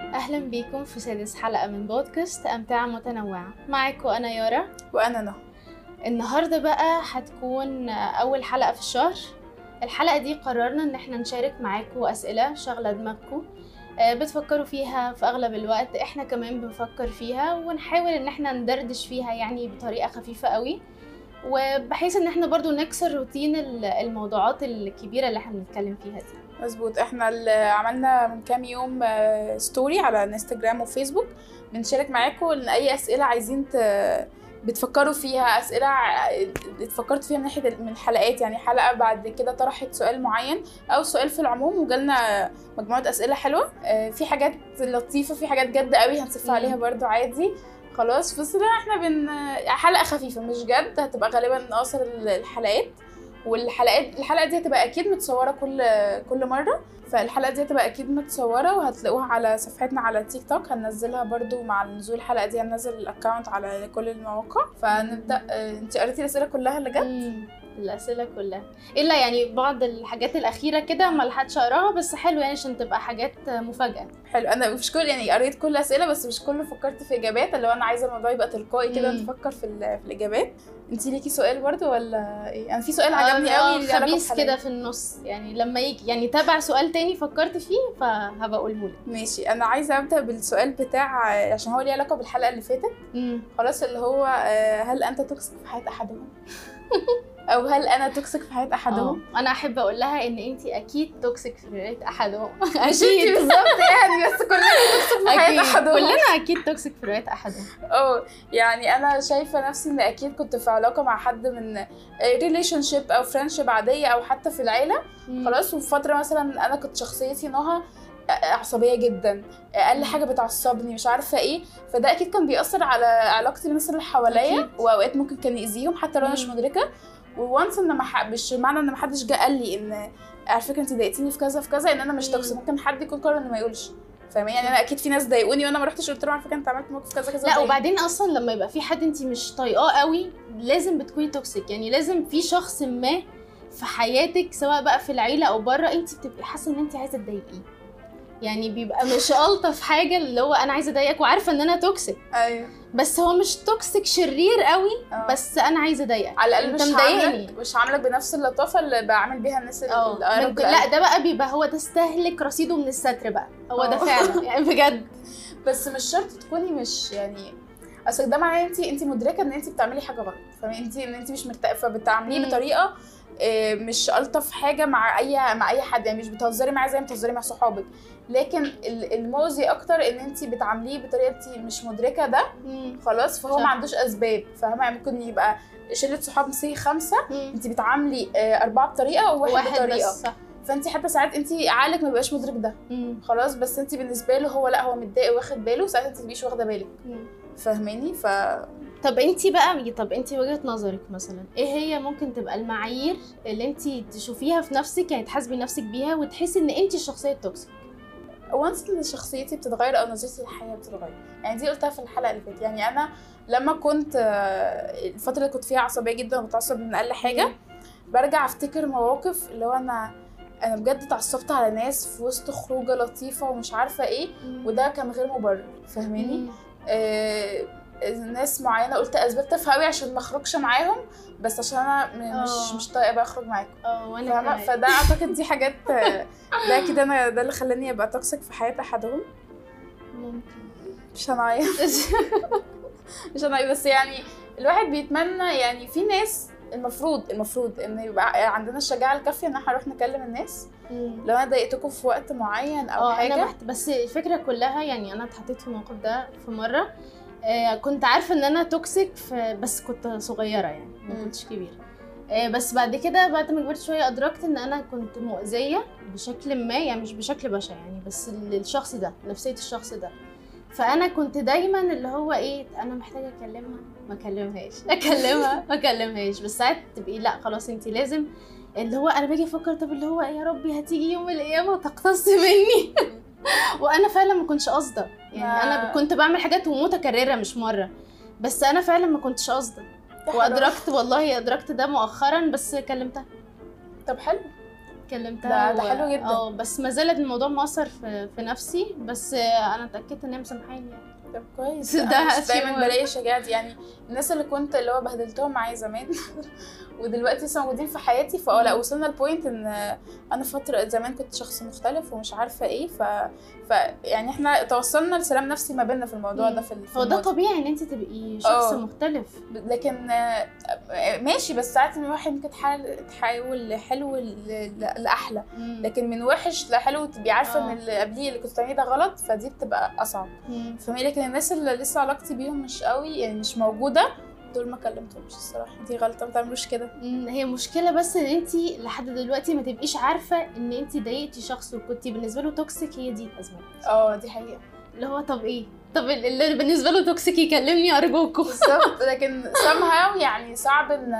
أهلا بيكم في سادس حلقة من بودكاست أمتعة متنوعة معاكم أنا يارا وانا نهى النهاردة بقى هتكون أول حلقة في الشهر الحلقة دي قررنا إن احنا نشارك معاكم أسئلة شغلة دماغكم آه، بتفكروا فيها في أغلب الوقت احنا كمان بنفكر فيها ونحاول إن احنا ندردش فيها يعني بطريقة خفيفة قوي وبحيث إن احنا برضو نكسر روتين ال- الموضوعات الكبيرة اللي احنا بنتكلم فيها دي مظبوط احنا اللي عملنا من كام يوم آه، ستوري على انستجرام وفيسبوك بنشارك معاكم ان اي اسئله عايزين ت... بتفكروا فيها اسئله ع- اتفكرتوا فيها من ناحيه ال- من الحلقات يعني حلقه بعد كده طرحت سؤال معين او سؤال في العموم وجالنا مجموعه اسئله حلوه آه، في حاجات لطيفه في حاجات جد قوي هنصف مم. عليها برضو عادي خلاص فصلنا احنا بن حلقه خفيفه مش جد هتبقى غالبا من اقصر ال- الحلقات والحلقات الحلقه دي هتبقى اكيد متصوره كل كل مره فالحلقه دي هتبقى اكيد متصوره وهتلاقوها على صفحتنا على تيك توك هننزلها برضو مع نزول الحلقه دي هننزل الاكونت على كل المواقع فنبدا آه، انت قريتي الاسئله كلها اللي جت مم، الأسئلة كلها إلا يعني بعض الحاجات الأخيرة كده ما لحدش أقراها بس حلو يعني عشان تبقى حاجات مفاجأة حلو انا مش كل يعني قريت كل الاسئله بس مش كله فكرت في اجابات اللي هو انا عايزه الموضوع يبقى تلقائي كده مم. نفكر في, ال- في الاجابات انت ليكي سؤال برضو ولا ايه انا في سؤال آه، عجبني قوي يعني ليه علاقة خبيث بحلقة. كده في النص يعني لما يجي يعني تابع سؤال تاني فكرت فيه فهبقى أقوله لك ماشي انا عايزه ابدا بالسؤال بتاع آه، عشان هو ليه علاقه بالحلقه اللي فاتت مم. خلاص اللي هو آه، هل انت توكسيك في حياه احدهم او هل انا توكسيك في حياه احدهم آه، أنا أحب أقول لها إن أنت أكيد توكسيك في رواية أحدهم اكيد أكيد بالظبط يعني بس كلنا بنكسب في حياه آه. أكيد احدهم كلنا أكيد توكسيك في رواية أحدهم اه يعني انا شايفه نفسي ان اكيد كنت في علاقه مع حد من آه، ريليشن شيب او فريندشيب عاديه او حتى في العيله مم. خلاص وفي فتره مثلا انا كنت شخصيتي نهى عصبيه جدا اقل حاجه بتعصبني مش عارفه ايه فده اكيد كان بيأثر على علاقتي بالناس اللي حواليا أكيد. واوقات ممكن كان يأذيهم حتى لو انا مش مم. مدركه وانس ان ما ح- مش معنى ان ما حدش جه قال لي ان على فكره انت ضايقتيني في كذا في كذا ان انا مش مم. توكسيك ممكن حد يكون قرر انه ما يقولش فاهمين يعني انا اكيد في ناس ضايقوني وانا ما رحتش قلت لهم على فكره انت عملت موقف كذا كذا لا ضايقني. وبعدين اصلا لما يبقى في حد انت مش طايقاه قوي لازم بتكوني توكسيك يعني لازم في شخص ما في حياتك سواء بقى في العيله او بره انت بتبقي حاسه ان انت عايزه تضايقيه يعني بيبقى مش الطف حاجه اللي هو انا عايزه اضايقك وعارفه ان انا توكسيك ايوه بس هو مش توكسيك شرير قوي آه. بس انا عايزه اضايقك على الاقل انت مش مضايقني هعاملك مش هعاملك بنفس اللطافه اللي بعامل بيها الناس ال- اه الأقرب من- لقلبي. لا ده بقى بيبقى هو ده استهلك رصيده من الستر بقى هو ده آه. فعلا يعني بجد بس مش شرط تكوني مش يعني اصل ده معناه انت انت مدركه ان انت بتعملي حاجه غلط فاهمه انت ان انت مش مرتاحه فبتعامليه مم. بطريقه آه، مش الطف حاجه مع اي مع اي حد يعني مش بتهزري معاه زي ما بتهزري مع صحابك لكن ال- المؤذي اكتر ان انت بتعامليه بطريقه انت مش مدركه ده مم. خلاص فهو صح. ما عندوش اسباب فاهمه يعني ممكن يبقى شله صحاب مسي خمسه مم. انت بتعاملي آه، اربعه بطريقه وواحد واحد بطريقه بس صح فانت حتى ساعات انت عقلك ما بيبقاش مدرك ده مم. خلاص بس انت بالنسبه له هو لا هو متضايق واخد باله ساعات انت مش واخده بالك مم. فاهماني ف طب انت بقى طب انت وجهة نظرك مثلا ايه هي ممكن تبقى المعايير اللي انت تشوفيها في نفسك يعني تحاسبي نفسك بيها وتحسي ان انت الشخصيه التوكسيك وانس ان شخصيتي بتتغير او نظرتي للحياه بتتغير يعني دي قلتها في الحلقه اللي فاتت يعني انا لما كنت آه، الفتره اللي كنت فيها عصبيه جدا وبتعصب من اقل حاجه برجع افتكر مواقف اللي هو انا انا بجد اتعصبت على ناس في وسط خروجه لطيفه ومش عارفه ايه وده كان غير مبرر فاهماني مم. آه، ناس معينه قلت اسباب تافهه قوي عشان ما اخرجش معاهم بس عشان انا م- مش آه. مش طايقه بقى اخرج معاكم اه وانا فاهمه كمان فده اعتقد دي حاجات آه، ده كده انا ده اللي خلاني ابقى توكسيك في حياه احدهم ممكن مش هنعيط مش هنعيط بس يعني الواحد بيتمنى يعني في ناس المفروض المفروض ان يبقى عندنا الشجاعه الكافيه ان احنا نروح نكلم الناس مم. لو انا ضايقتكم في وقت معين او اه انا حاجه محت... بس الفكره كلها يعني انا اتحطيت في الموقف ده في مره آه كنت عارفه ان انا توكسيك في... بس كنت صغيره يعني ما مم. كنتش كبيره آه بس بعد كده بعد ما كبرت شويه ادركت ان انا كنت مؤذيه بشكل ما يعني مش بشكل بشع يعني بس للشخص ده نفسيه الشخص ده فانا كنت دايما اللي هو ايه انا محتاجه اكلمها ما اكلمهاش اكلمها ما اكلمهاش بس ساعات تبقي لا خلاص انت لازم اللي هو انا باجي افكر طب اللي هو يا ربي هتيجي يوم القيامه تقتص مني وانا فعلا ما كنتش قاصده يعني ما- انا كنت بعمل حاجات ومتكرره مش مره بس انا فعلا ما كنتش قاصده ده حرام. وادركت والله ادركت ده مؤخرا بس كلمتها طب حلو اتكلمتها ده- ده و- حلو جدا. اه بس ما زالت الموضوع مؤثر في, في نفسي بس آه، انا اتاكدت ان هي مسامحاني يعني طب كويس ده أنا مش شيء دايما مهم. بلاقي الشجاعه دي يعني الناس اللي كنت اللي هو بهدلتهم معايا زمان ودلوقتي لسه موجودين في حياتي فاه لا وصلنا لبوينت ان انا فتره زمان كنت شخص مختلف ومش عارفه ايه ف... ف يعني احنا توصلنا لسلام نفسي ما بيننا في الموضوع مم. ده في ال- في هو ده الماضي. طبيعي ان انت تبقي شخص اه. مختلف لكن آه، آه، ماشي بس ساعات من واحد ممكن تحاول تحاول لحلو ل- ل- لاحلى مم. لكن من وحش لحلو تبقي عارفه اه. ان اللي قبليه اللي كنت بتعمليه ده غلط فدي بتبقى اصعب مم. فاهمه لكن الناس اللي لسه علاقتي بيهم مش قوي يعني مش موجوده دول ما كلمتهمش الصراحه دي غلطه ما تعملوش كده مم، هي مشكلة بس ان انت لحد دلوقتي ما تبقيش عارفة ان انت ضايقتي شخص وكنتي بالنسبة له توكسيك هي دي الازمة اه دي حقيقه اللي هو طب ايه؟ طب ال- اللي بالنسبة له توكسيك يكلمني ارجوكم بالظبط لكن somehow يعني صعب ان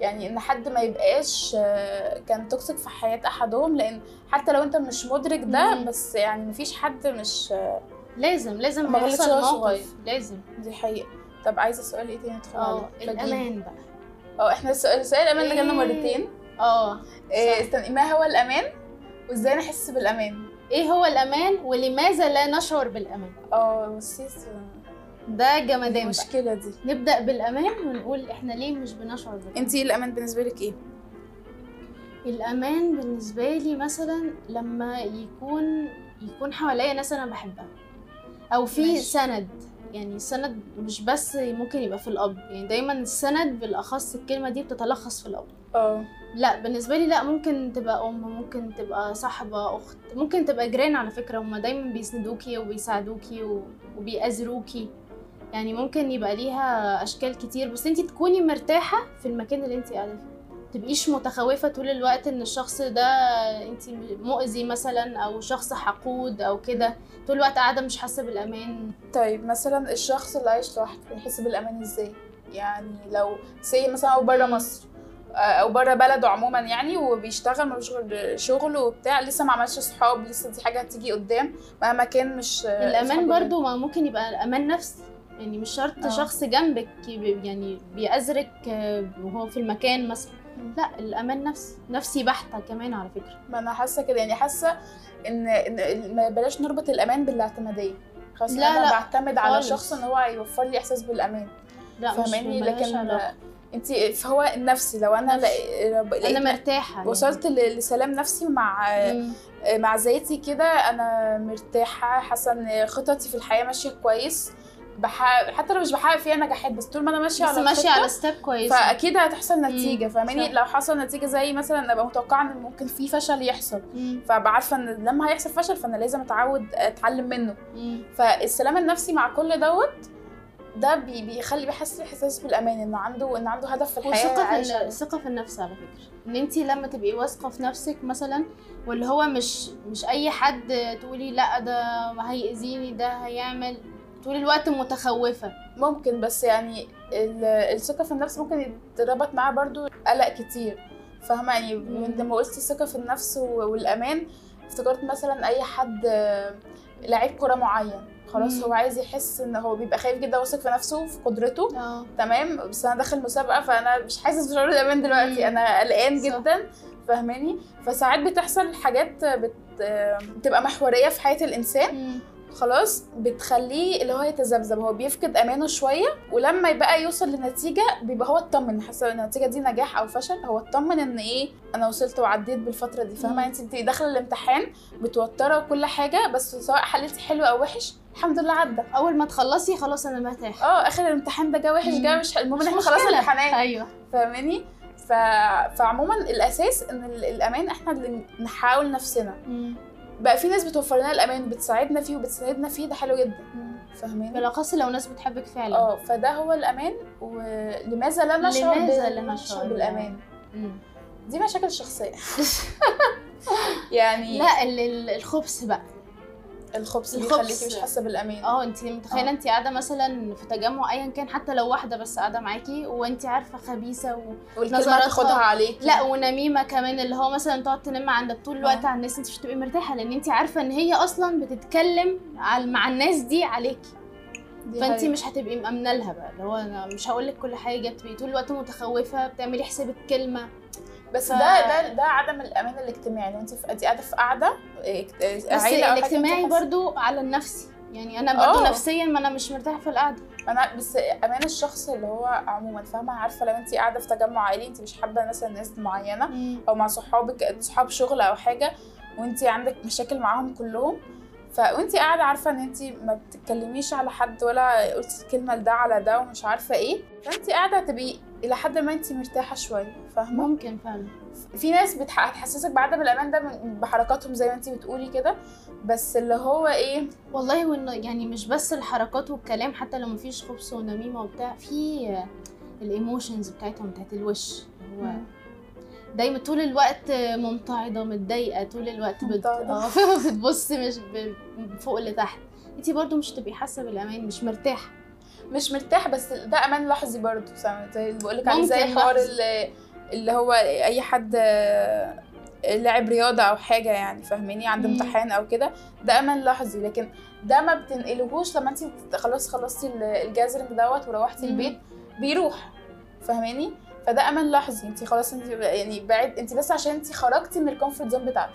يعني ان حد ما يبقاش آه، كان توكسيك في حياه احدهم لان حتى لو انت مش مدرك ده مم. بس يعني مفيش حد مش لازم لازم ما غلطش يحصل وهو موقف. صغير. لازم دي حقيقه طب عايزه سؤال ايه تاني ندخل اه عليه؟ فجيب. الامان بقى اه احنا السؤال سؤال الامان اللي جالنا إيه. مرتين اه إيه، استنى ما هو الامان وازاي نحس بالامان ايه هو الامان ولماذا لا نشعر بالامان؟ اه بصي ده جمدان بقى. المشكله دي نبدأ بالامان ونقول احنا ليه مش بنشعر بالامان انت الامان بالنسبه إيه لك ايه الأمان بالنسبة لي مثلا لما يكون يكون حواليا ناس أنا بحبها أو في ماشي. سند يعني سند مش بس ممكن يبقى في الأب يعني دايما السند بالأخص الكلمة دي بتتلخص في الأب اه لا بالنسبة لي لا ممكن تبقى أم ممكن تبقى صاحبة أخت ممكن تبقى جيران على فكرة هما دايما بيسندوكي وبيساعدوكي و... وبيأزروكي يعني ممكن يبقى ليها أشكال كتير بس انتي تكوني مرتاحة في المكان اللي انتي قاعدة فيه متبقيش متخوفة طول الوقت ان الشخص ده انتي مؤذي مثلا او شخص حقود او كده طول الوقت قاعدة مش حاسة بالأمان طيب مثلا الشخص اللي عايش لوحده بيحس بالامان ازاي يعني لو سي مثلا او بره مم. مصر آه، او بره بلده عموما يعني وبيشتغل ملوش غير شغل وبتاع لسه ما عملش صحاب لسه دي حاجه هتيجي قدام مهما كان مش آه، الامان صحابه برضو ما ممكن يبقى امان نفسي يعني مش شرط آه. شخص جنبك يب- يعني بيأزرك آه، وهو في المكان مثلا مم. لا الامان نفسي نفسي بحتة كمان على فكرة ما انا حاسه كده يعني حاسه ان إن ما بلاش نربط الامان بالاعتماديه خلاص لا، لا انا لا، بعتمد على خالص. شخص ان هو يوفر لي احساس بالامان لا مش فاهماني ملهاش لكن علاقة. انت فهو النفسي لو انا لقي- لو لقيت انا مرتاحة يعني. وصلت آه، ل- لسلام نفسي مع مم. مع ذاتي كده انا مرتاحه حاسه ان خططي في الحياه ماشيه كويس بحقق حتى لو مش بحقق فيها نجاحات بس طول ما انا ماشيه بس على ماشية الخطة، على ستيب كويس فاكيد هتحصل نتيجه مم، فاهماني صح. لو حصل نتيجه زي مثلا ابقى متوقعه ان ممكن في فشل يحصل مم. فابقى عارفه ان لما هيحصل فشل فانا لازم اتعود اتعلم منه مم. فالسلام النفسي مع كل دوت ده بي- بيخلي بيحس احساس بالامان انه عنده ان عنده هدف في الحياه والثقة في عايشة. الن- الثقة في النفس على فكرة ان انت لما تبقي واثقة في نفسك مثلا واللي هو مش مش اي حد تقولي لا ده هيأذيني ده هيعمل طول الوقت متخوفة ممكن بس يعني ال- الثقة في النفس ممكن يتربط معاه برضو قلق كتير فاهمة يعني مم. من لما قلت الثقة في النفس و- والأمان افتكرت مثلا أي حد آه، لعيب كرة معين خلاص مم. هو عايز يحس ان هو بيبقى خايف جدا واثق في نفسه في قدرته اه تمام بس انا داخل مسابقه فانا مش حاسس بشعور الامان دلوقتي مم. انا قلقان صح. جدا فاهماني فساعات بتحصل حاجات بت... آه، بتبقى محوريه في حياه الانسان خلاص بتخليه اللي هو يتذبذب هو بيفقد امانه شويه ولما يبقى يوصل لنتيجه بيبقى هو اطمن حسب ان النتيجه دي نجاح او فشل هو اطمن ان ايه انا وصلت وعديت بالفتره دي مم. فاهمه انت بتبقي داخله الامتحان متوتره وكل حاجه بس سواء حلتي حلو او وحش الحمد لله عدى اول ما تخلصي خلاص انا مرتاحة اه اخر الامتحان ده جه وحش مم. جه مش حلو. المهم مش ان احنا خلاص مشكلة. الامتحانات ايوه فاهماني ف... فعموما الاساس ان ال- الامان احنا اللي نحاول نفسنا بقى في ناس بتوفر لنا الامان بتساعدنا فيه وبتساعدنا فيه ده حلو جدا فاهماني بالاخص لو ناس بتحبك فعلا اه فده هو الامان ولماذا لا نشعر لماذا بال- لا نشعر بالامان مم. دي مشاكل شخصيه يعني لا ال- ال- الخبث بقى الخبز اللي الخبز. يخليكي مش حاسه بالامان اه انت متخيله انت قاعده مثلا في تجمع ايا كان حتى لو واحده بس قاعده معاكي وانت عارفه خبيثه و... والكلمه نظراتها- تاخدها عليك لا ونميمه كمان اللي هو مثلا تقعد تنم عندك طول الوقت آه. على الناس انت مش هتبقي مرتاحه لان انت عارفه ان هي اصلا بتتكلم على مع الناس دي عليكي فانت مش هتبقي مامنه لها بقى اللي هو انا مش هقول لك كل حاجه بتبقي طول الوقت متخوفه بتعملي حساب الكلمه بس ف- ده ده ده عدم الامان الاجتماعي لو انت في أنت قاعده في قاعده إيه، إيه، بس عيلة أو حاجة، أنت الاجتماعي حاسة- برضو على النفسي يعني انا برضو آه. نفسيا ما انا مش مرتاحه في القعده انا بس امان الشخص اللي هو عموما فاهمه عارفه لو انت قاعده في تجمع عائلي انت مش حابه مثلا ناس معينه او مع صحابك صحاب شغل او حاجه وانت عندك مشاكل معاهم كلهم فانت قاعده عارفه ان انت ما بتتكلميش على حد ولا قلت كلمه لده على ده ومش عارفه ايه فانت قاعده تبقي الى حد ما انت مرتاحه شويه فاهمه ممكن فعلا في ناس بتح- هتحسسك بعدم الامان ده من- بحركاتهم زي ما انت بتقولي كده بس اللي هو ايه والله وانه يعني مش بس الحركات والكلام حتى لو مفيش خبز ونميمه وبتاع في الايموشنز بتاعتهم بتاعت الوش هو دايما طول الوقت ممتعضه متضايقه طول الوقت بت... ممتعضة. آه، بتبص مش ب... فوق لتحت انت برضو مش تبقي حاسه بالامان مش مرتاحه مش مرتاح بس ده امان لحظي برضه زي زي اللي بقول لك عليه ممكن زي حوار لحظي. اللي, اللي هو اي حد آه، لاعب رياضه او حاجه يعني فاهماني عند مم. امتحان او كده ده امان لحظي لكن ده ما بتنقلهوش لما انت خلاص خلصتي ال- الجازرنج دوت وروحتي مم. البيت بيروح فاهماني فده امان لحظي انت خلاص انت يعني بعد انت بس عشان انت خرجتي من الكومفورت زون بتاعتك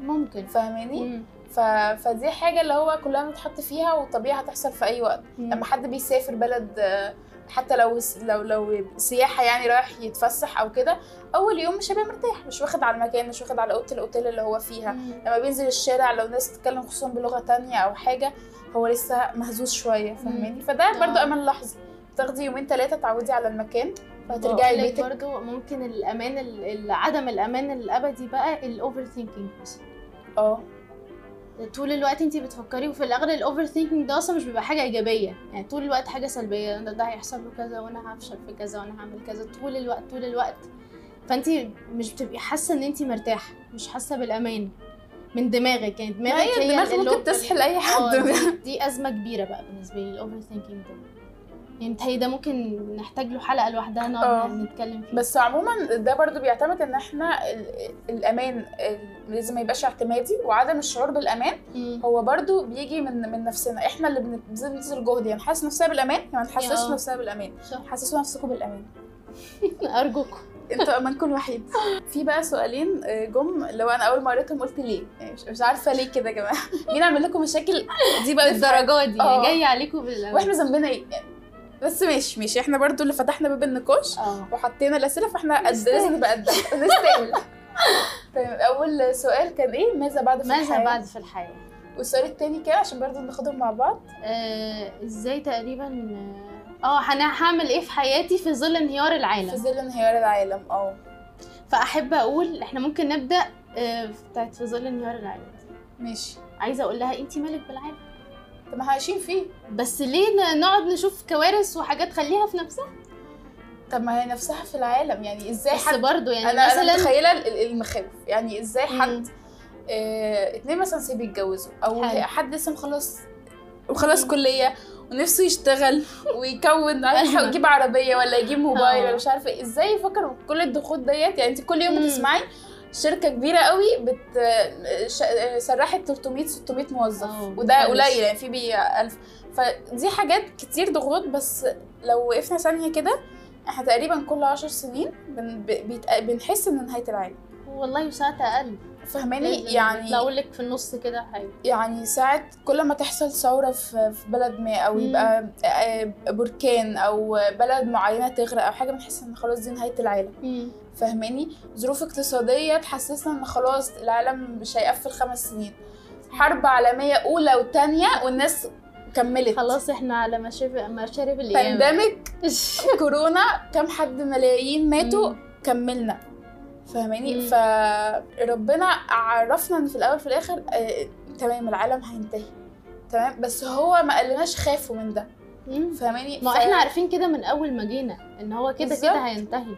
ممكن فاهماني مم. ف... فدي حاجه اللي هو كلها بتحط فيها والطبيعي هتحصل في اي وقت لما حد بيسافر بلد آه، حتى لو لو لو سياحه يعني رايح يتفسح او كده اول يوم مش هيبقى مرتاح مش واخد على المكان مش واخد على اوضه الاوتيل اللي هو فيها مم. لما بينزل الشارع لو ناس بتتكلم خصوصا بلغه تانية او حاجه هو لسه مهزوز شويه فاهماني فده برضو آه. امان لحظي تاخدي يومين ثلاثه تعودي على المكان فهترجعي بقولك لبيتك آه، برضو ممكن الامان ال- ال- عدم الامان الابدي بقى الاوفر ثينكينج اه طول الوقت انت بتفكري وفي الاغلب الاوفر ثينكينج ده اصلا مش بيبقى حاجه ايجابيه يعني طول الوقت حاجه سلبيه ده, ده هيحصل له كذا وانا هفشل في كذا وانا هعمل كذا طول الوقت طول الوقت فانت مش بتبقي حاسه ان انت مرتاحه مش حاسه بالامان من دماغك يعني ما دماغك هي الدماغ اللي- ممكن تسحل اي اه حد دي, دي ازمه كبيره بقى بالنسبه لي الاوفر ثينكينج ده يعني متهيألي ده ممكن نحتاج له حلقه لوحدها اه. نقعد نتكلم فيه بس عموما ده برضو بيعتمد ان احنا ال- الامان ال- لازم ما يبقاش اعتمادي وعدم الشعور بالامان مم. هو برضو بيجي من من نفسنا احنا اللي بن- بنبذل جهد يعني نحسس نفسنا بالامان يعني ما نحسسش يا. نفسنا بالامان صح. حسسوا نفسكم بالامان ارجوكم انتوا امانكم الوحيد في بقى سؤالين آه، جم لو انا اول ما قريتهم قلت ليه يعني مش- مش عارفه ليه كده يا جماعه مين عامل لكم مشاكل دي بقى الدرجه الدرجه دي اه. جايه عليكم بالامان واحنا ذنبنا ايه بس ماشي ماشي احنا برضو اللي فتحنا باب النقاش اه وحطينا الاسئله فاحنا قد نستاهل. لازم نبقى قد نستاهل طيب اول سؤال كان ايه ماذا بعد في ماذا الحياة؟ بعد في الحياه والسؤال التاني كان عشان برضو ناخدهم مع بعض آه، ازاي تقريبا اه آه، انا هعمل ايه في حياتي في ظل انهيار في العالم ظل انهيار العالم اه فاحب اقول احنا ممكن نبدا آه، بتاعت في ظل انهيار العالم ماشي عايزه اقول لها انت مالك بالعالم طب ما احنا عايشين فيه بس ليه ن- نقعد نشوف كوارث وحاجات خليها في نفسها طب ما هي نفسها في العالم يعني ازاي بس حد برضه يعني انا انا مثلا متخيله ال- ال- المخاوف يعني ازاي حد مم. آه، اتنين مثلا سي بيتجوزوا او حلو. حد لسه مخلص وخلص مم. كليه ونفسه يشتغل ويكون عايز أزمة. يجيب عربيه ولا يجيب موبايل آه. ولا مش عارفه ايه ازاي يفكر كل الضغوط ديت يعني انت كل يوم مم. بتسمعي شركه كبيره قوي بت ش- سرحت 300 600 آه، موظف وده بتفرش. قليل يعني في بي 1000 فدي حاجات كتير ضغوط بس لو وقفنا ثانيه كده احنا تقريبا كل 10 سنين بن بيتق- بنحس ان نهايه العالم والله ساعات اقل فاهماني يعني لو اقول لك في النص كده حاجه يعني ساعة كل ما تحصل ثورة في في بلد ما أو مم. يبقى آه، بركان أو بلد معينة تغرق أو حاجة بنحس إن خلاص دي نهاية العالم فاهماني ظروف اقتصادية تحسسنا إن خلاص العالم مش هيقفل خمس سنين حرب عالمية أولى وتانية والناس كملت خلاص احنا على مشارف مشارف الايام بانديميك كورونا كم حد ملايين ماتوا كملنا فاهماني مم. فربنا عرفنا ان في الاول في الاخر آه، تمام العالم هينتهي تمام بس هو ما قالناش خافوا من ده مم. فاهماني ما ف- احنا عارفين كده من اول ما جينا ان هو كده بالظبط. كده هينتهي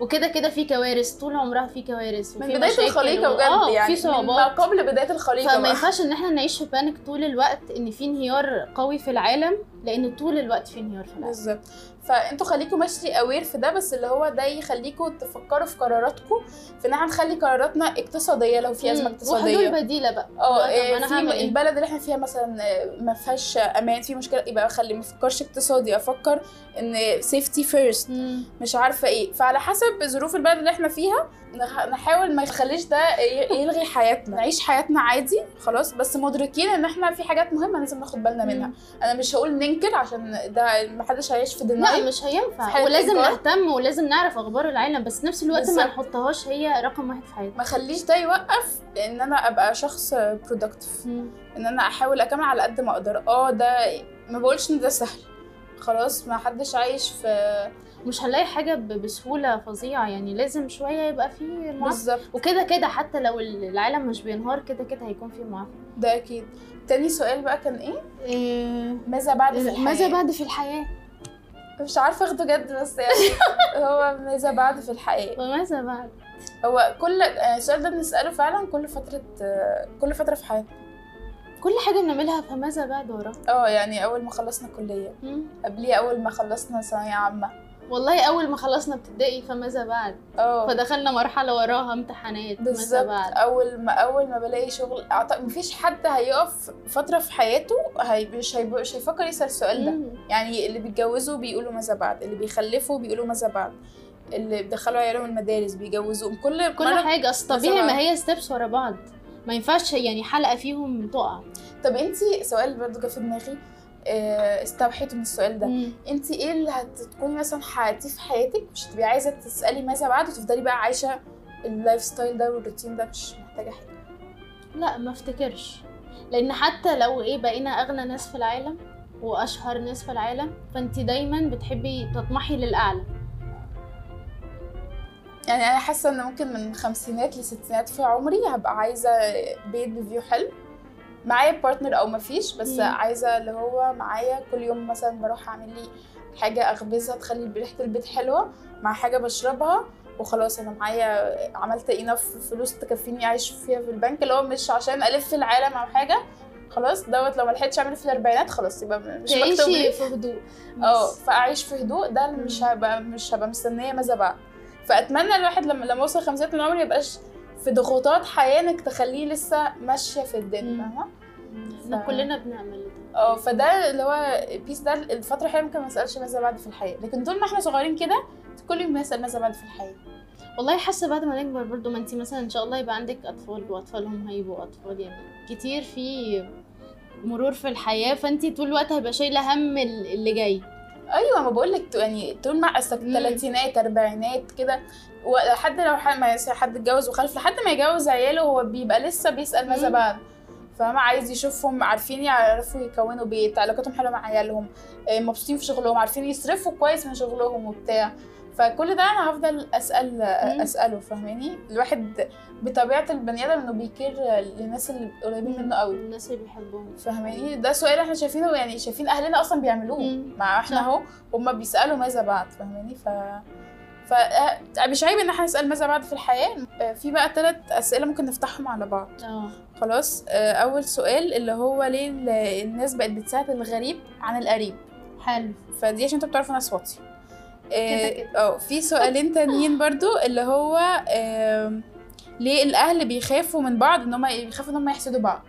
وكده كده في كوارث طول عمرها في كوارث من وفي بدايه مشاكل الخليقه و- آه، بجد يعني في من ما صعوبات قبل بدايه الخليقه فما بقى. ينفعش ان احنا نعيش في بانك طول الوقت ان في انهيار قوي في العالم لان طول الوقت في انهيار في العالم بالظبط فانتوا خليكم ماشي اوير في ده بس اللي هو ده يخليكم تفكروا في قراراتكم في ان احنا نخلي قراراتنا اقتصاديه لو في ازمه مم. وحلول اقتصاديه بديله بقى اه طب إيه، أنا في هعمل إيه؟ البلد اللي احنا فيها مثلا آه، ما فيهاش امان في مشكله يبقى خلي ما افكرش اقتصادي افكر ان سيفتي فيرست مم. مش عارفه ايه فعلى حسب ظروف البلد اللي احنا فيها نح- نحاول ما نخليش ده ي- يلغي حياتنا نعيش حياتنا عادي خلاص بس مدركين ان احنا في حاجات مهمه لازم ناخد بالنا منها انا مش هقول ننكر عشان ده محدش هيعيش في لا دنايل مش في هينفع حالة ولازم إنكار. نهتم ولازم نعرف اخبار العالم بس نفس الوقت ما بالظبط. نحطهاش هي رقم واحد في حياتنا ما خليش ده يوقف ان انا ابقى شخص برودكتيف مم. ان انا احاول اكمل على قد ما اقدر اه ده ما بقولش ان ده سهل خلاص ما حدش عايش في مش هنلاقي حاجه ب- بسهوله فظيعه يعني لازم شويه يبقى في معافى بالظبط وكده كده حتى لو ال- العالم مش بينهار كده كده هيكون في معافى ده اكيد تاني سؤال بقى كان ايه ماذا بعد في الحياه ماذا بعد في الحياه مش عارفه اخده جد بس يعني هو ماذا بعد في الحقيقه وماذا بعد هو كل آه، السؤال ده بنساله فعلا كل فتره آه، كل فتره في حياتنا كل حاجه بنعملها فماذا بعد وراها اه يعني اول ما خلصنا كليه قبليه اول ما خلصنا ثانويه عامه والله اول ما خلصنا ابتدائي فماذا بعد اه فدخلنا مرحله وراها امتحانات ماذا بالظبط بعد اول ما اول ما بلاقي شغل أعتقد مفيش حد هيقف فتره في حياته هي مش هيب- مش هيفكر يسال السؤال ده مم. يعني اللي بيتجوزوا بيقولوا ماذا بعد اللي بيخلفوا بيقولوا ماذا بعد اللي بيدخلوا عيالهم المدارس بيجوزوهم كل كل مرة- حاجه اصل ماذا طبيعي بعد؟ ما هي ستيبس ورا بعض ما ينفعش يعني حلقه فيهم تقع طب انتي سؤال برضه جه في دماغي آه، استوحيته من السؤال ده مم. انت ايه اللي هتكوني مثلا حققتيه في حياتك مش هتبقي عايزه تسالي ماذا بعد وتفضلي بقى عايشه اللايف ستايل ده والروتين ده مش محتاجه حاجه لا ما افتكرش لان حتى لو ايه بقينا اغنى ناس في العالم واشهر ناس في العالم فانت دايما بتحبي تطمحي للاعلى يعني انا حاسه ان ممكن من خمسينات لستينات في عمري هبقى عايزه بيت بفيو حلو معايا بارتنر او مفيش بس مم. عايزه اللي هو معايا كل يوم مثلا بروح اعمل لي حاجه اخبزها تخلي ريحه البيت حلوه مع حاجه بشربها وخلاص انا معايا عملت انف فلوس تكفيني اعيش فيها في البنك اللي هو مش عشان الف العالم او حاجه خلاص دوت لو ما لحقتش اعمله في الاربعينات خلاص يبقى مش مكتوب لي تعيشي في هدوء اه بس. فاعيش في هدوء ده اللي مش هبقى مش هبقى مستنيه ماذا بعد فاتمنى الواحد لما لما يوصل خمسينات من عمره يبقاش في ضغوطات حياه انك تخليه لسه ماشيه في الدنيا مم. فاهمه احنا ف- كلنا بنعمل ده اه فده اللي هو بيس ده الفتره الحاليه ممكن ما نسالش ماذا بعد في الحياه لكن طول ما احنا صغيرين كده كل يوم نسال ماذا بعد في الحياه والله حاسه بعد ما نكبر برضو ما انت مثلا ان شاء الله يبقى عندك اطفال واطفالهم هيبقوا اطفال يعني كتير في مرور في الحياه فانت طول الوقت هيبقى شايله هم ال- اللي جاي ايوه ما بقول لك يعني طول ما أصلك مم. تلاتينات اربعينات كده وحد لو حد ما حد اتجوز وخلف لحد ما يجوز عياله هو بيبقى لسه بيسال ماذا مم. بعد فاهمة عايز يشوفهم عارفين يعرفوا يكونوا بيت علاقتهم حلوه مع عيالهم آه، مبسوطين في شغلهم عارفين يصرفوا كويس من شغلهم وبتاع فكل ده انا هفضل اسال مم. اساله فاهماني الواحد بطبيعه البني ادم انه بيكير للناس اللي قريبين منه قوي الناس اللي بيحبهم فاهماني ده سؤال احنا شايفينه يعني شايفين اهلنا اصلا بيعملوه مم. مع احنا صح. اهو هما بيسالوا ماذا بعد فاهماني ف ف آه، مش عيب ان احنا نسال ماذا بعد في الحياه آه، في بقى ثلاث اسئله ممكن نفتحهم على بعض اه خلاص آه، اول سؤال اللي هو ليه ال- الناس بقت بتساعد الغريب عن القريب حلو فدي عشان انت بتعرف ناس واطيه آه، كده كده. اه في سؤالين تانيين برضو اللي هو آم، ليه الاهل بيخافوا من بعض ان هم بيخافوا ان هم يحسدوا بعض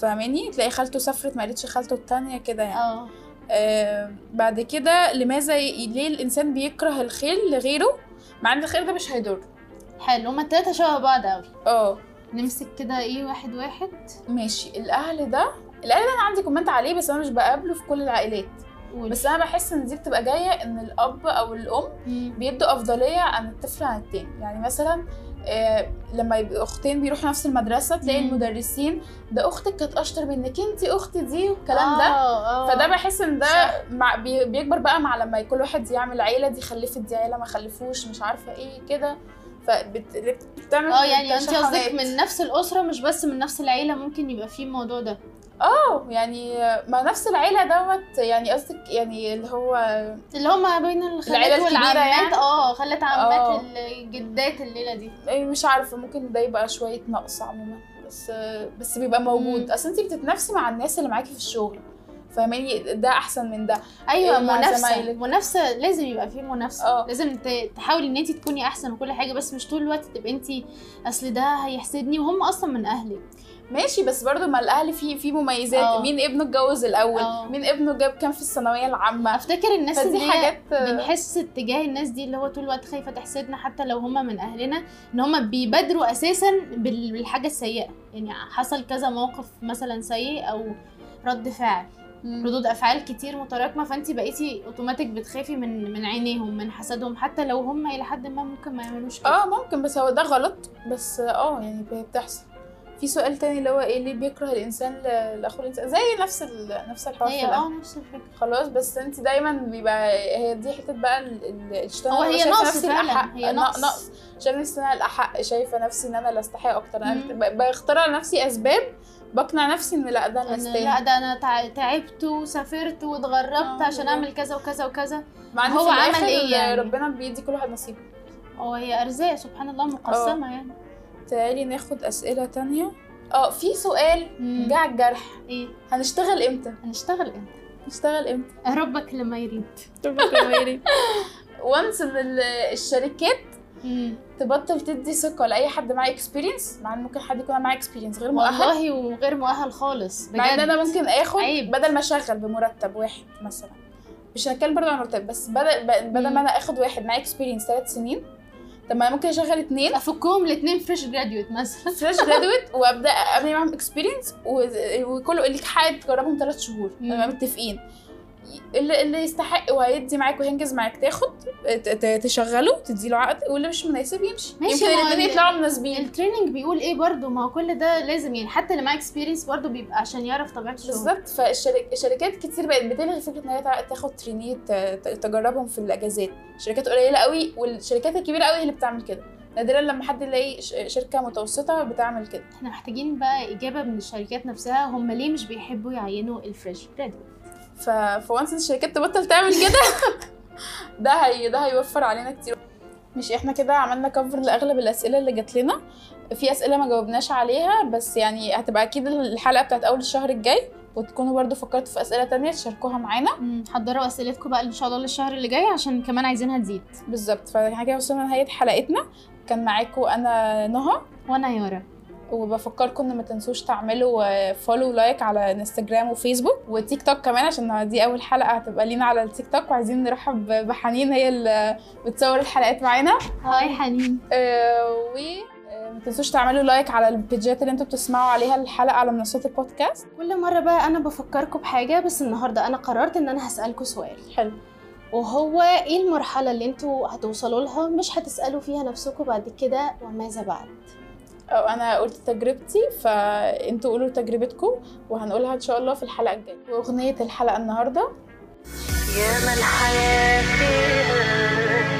فاهماني تلاقي خالته سافرت ما قالتش خالته التانية كده يعني اه آه بعد كده لماذا ي... ليه الانسان بيكره الخير لغيره مع ان الخير ده مش هيضر حلو هما التلاتة شبه بعض اوي اه نمسك كده ايه واحد واحد ماشي الاهل ده الاهل ده انا عندي كومنت عليه بس انا مش بقابله في كل العائلات قول. بس انا بحس ان دي بتبقى جايه ان الاب او الام مم. بيدوا افضليه عن الطفل عن التاني يعني مثلا آه، لما يبقوا اختين بيروحوا نفس المدرسه تلاقي مم. المدرسين ده اختك كانت اشطر منك انت اختي دي والكلام ده آه، آه. فده بحس ان ده صح. مع بي- بيكبر بقى مع لما كل واحد يعمل عيله دي خلفت دي عيله ما خلفوش مش عارفه ايه كده فبتعمل اه يعني انت تشحنات. قصدك من نفس الاسره مش بس من نفس العيله ممكن يبقى فيه الموضوع ده اه يعني ما نفس العيله دوت يعني قصدك يعني اللي هو اللي هما بين العيلة الخالات الكبيرة والعمات يعني؟ اه خالات عمات آه. الجدات الليله دي إيه، مش عارفه ممكن ده يبقى شويه نقص عموما بس بس بيبقى موجود مم. اصل انت بتتنافسي مع الناس اللي معاكي في الشغل فاهماني ده احسن من ده ايوه إيه مع منافسه زمايلك؟ منافسه لازم يبقى في منافسه آه. لازم ت- تحاولي ان انت تكوني احسن وكل حاجه بس مش طول الوقت تبقي انت اصل ده هيحسدني وهم اصلا من اهلي ماشي بس برضو ما الاهل في في مميزات آه. مين ابنه اتجوز الاول آه. مين ابنه جاب كام في الثانويه العامه افتكر الناس فدي اللي هي حاجات بنحس اتجاه الناس دي اللي هو طول الوقت خايفه تحسدنا حتى لو هما من اهلنا ان هما بيبادروا اساسا بال- بالحاجه السيئه يعني حصل كذا موقف مثلا سيء او رد فعل مم. ردود افعال كتير متراكمه فانت بقيتي اوتوماتيك بتخافي من من عينيهم من حسدهم حتى لو هما الى حد ما ممكن ما يعملوش كده اه ممكن بس هو ده غلط بس اه يعني ب- بتحصل في سؤال تاني اللي هو ايه ليه بيكره الانسان ل- لاخوه الانسان زي نفس ال... نفس الحوار في هي الأهل. اه نفس الفكره خلاص بس انت دايما بيبقى هي دي حته بقى ال- ال- الاشتغال هو أنا هي شايفة نقص نفسي الأحق. فعلا هي ن- نقص نقص شايفه نفسي ان انا الاحق شايفه نفسي ان انا اللي استحق اكتر انا مم. ب- بخترع لنفسي اسباب بقنع نفسي ان لا ده انا إن استاهل لا ده انا تع- تعبت وسافرت واتغربت آه، عشان بالظبط. اعمل كذا وكذا وكذا مع ان هو في عمل الآخر إيه يعني؟ ربنا بيدي كل واحد نصيبه وهي ارزاق سبحان الله آه. مقسمه يعني تعالي ناخد اسئله تانية اه في سؤال مم. جاع الجرح ايه هنشتغل امتى هنشتغل إيه؟ امتى هنشتغل امتى ربك لما يريد وانس ان ال- الشركات تبطل تدي ثقه لاي حد معاه اكسبيرينس مع ان ممكن حد يكون معاه اكسبيرينس غير مؤهل والله وغير مؤهل خالص بجد مع ان انا ممكن اخد عيب. بدل ما اشغل بمرتب واحد مثلا مش هنتكلم برضه عن مرتب بس بدل ب- بدل مم. ما انا اخد واحد معاه اكسبيرينس ثلاث سنين طب ما انا ممكن اشغل اثنين افكهم الاثنين فريش جراديويت مثلا فريش جرادويت وابدا ابني معاهم اكسبيرينس وكله اللي حابب تجربهم ثلاث شهور مم. تمام متفقين اللي اللي يستحق وهيدي معاك وهينجز معاك تاخد ت- ت- تشغله تدي له عقد واللي مش مناسب يمشي ماشي، يمكن ما الاثنين ال- يطلعوا مناسبين التريننج بيقول ايه برضو ما هو كل ده لازم يعني حتى اللي معاه اكسبيرينس برضو بيبقى عشان يعرف طبيعه الشغل بالظبط فالشركات كتير بقت بتلغي فكره ان هي تع- تاخد ترينيه ت- ت- تجربهم في الاجازات شركات قليله قوي والشركات الكبيره قوي هي اللي بتعمل كده نادرا لما حد يلاقي ش- شركه متوسطه بتعمل كده احنا محتاجين بقى اجابه من الشركات نفسها هم ليه مش بيحبوا يعينوا الفريش جراديويت ف فوانس الشركات تبطل تعمل كده ده هي ده هيوفر علينا كتير مش احنا كده عملنا كفر لاغلب الاسئله اللي جات لنا في اسئله ما جاوبناش عليها بس يعني هتبقى اكيد الحلقه بتاعت اول الشهر الجاي وتكونوا برضو فكرتوا في اسئله تانية تشاركوها معانا حضروا اسئلتكم بقى ان شاء الله للشهر اللي جاي عشان كمان عايزينها تزيد بالظبط فاحنا كده وصلنا لنهايه حلقتنا كان معاكم انا نهى وانا يارا وبفكركم ان ما تنسوش تعملوا فولو لايك على انستجرام وفيسبوك وتيك توك كمان عشان دي اول حلقه هتبقى لينا على التيك توك وعايزين نرحب بحنين هي اللي بتصور الحلقات معانا هاي حنين آه، و آه، ما تنسوش تعملوا لايك على البيجات اللي انتوا بتسمعوا عليها الحلقه على منصات البودكاست كل مره بقى انا بفكركم بحاجه بس النهارده انا قررت ان انا هسالكم سؤال حلو وهو ايه المرحلة اللي انتوا هتوصلوا لها مش هتسألوا فيها نفسكم بعد كده وماذا بعد او انا قلت تجربتي فانتوا قولوا تجربتكم وهنقولها ان شاء الله في الحلقه الجايه واغنيه الحلقه النهارده يا ما الحياة فيها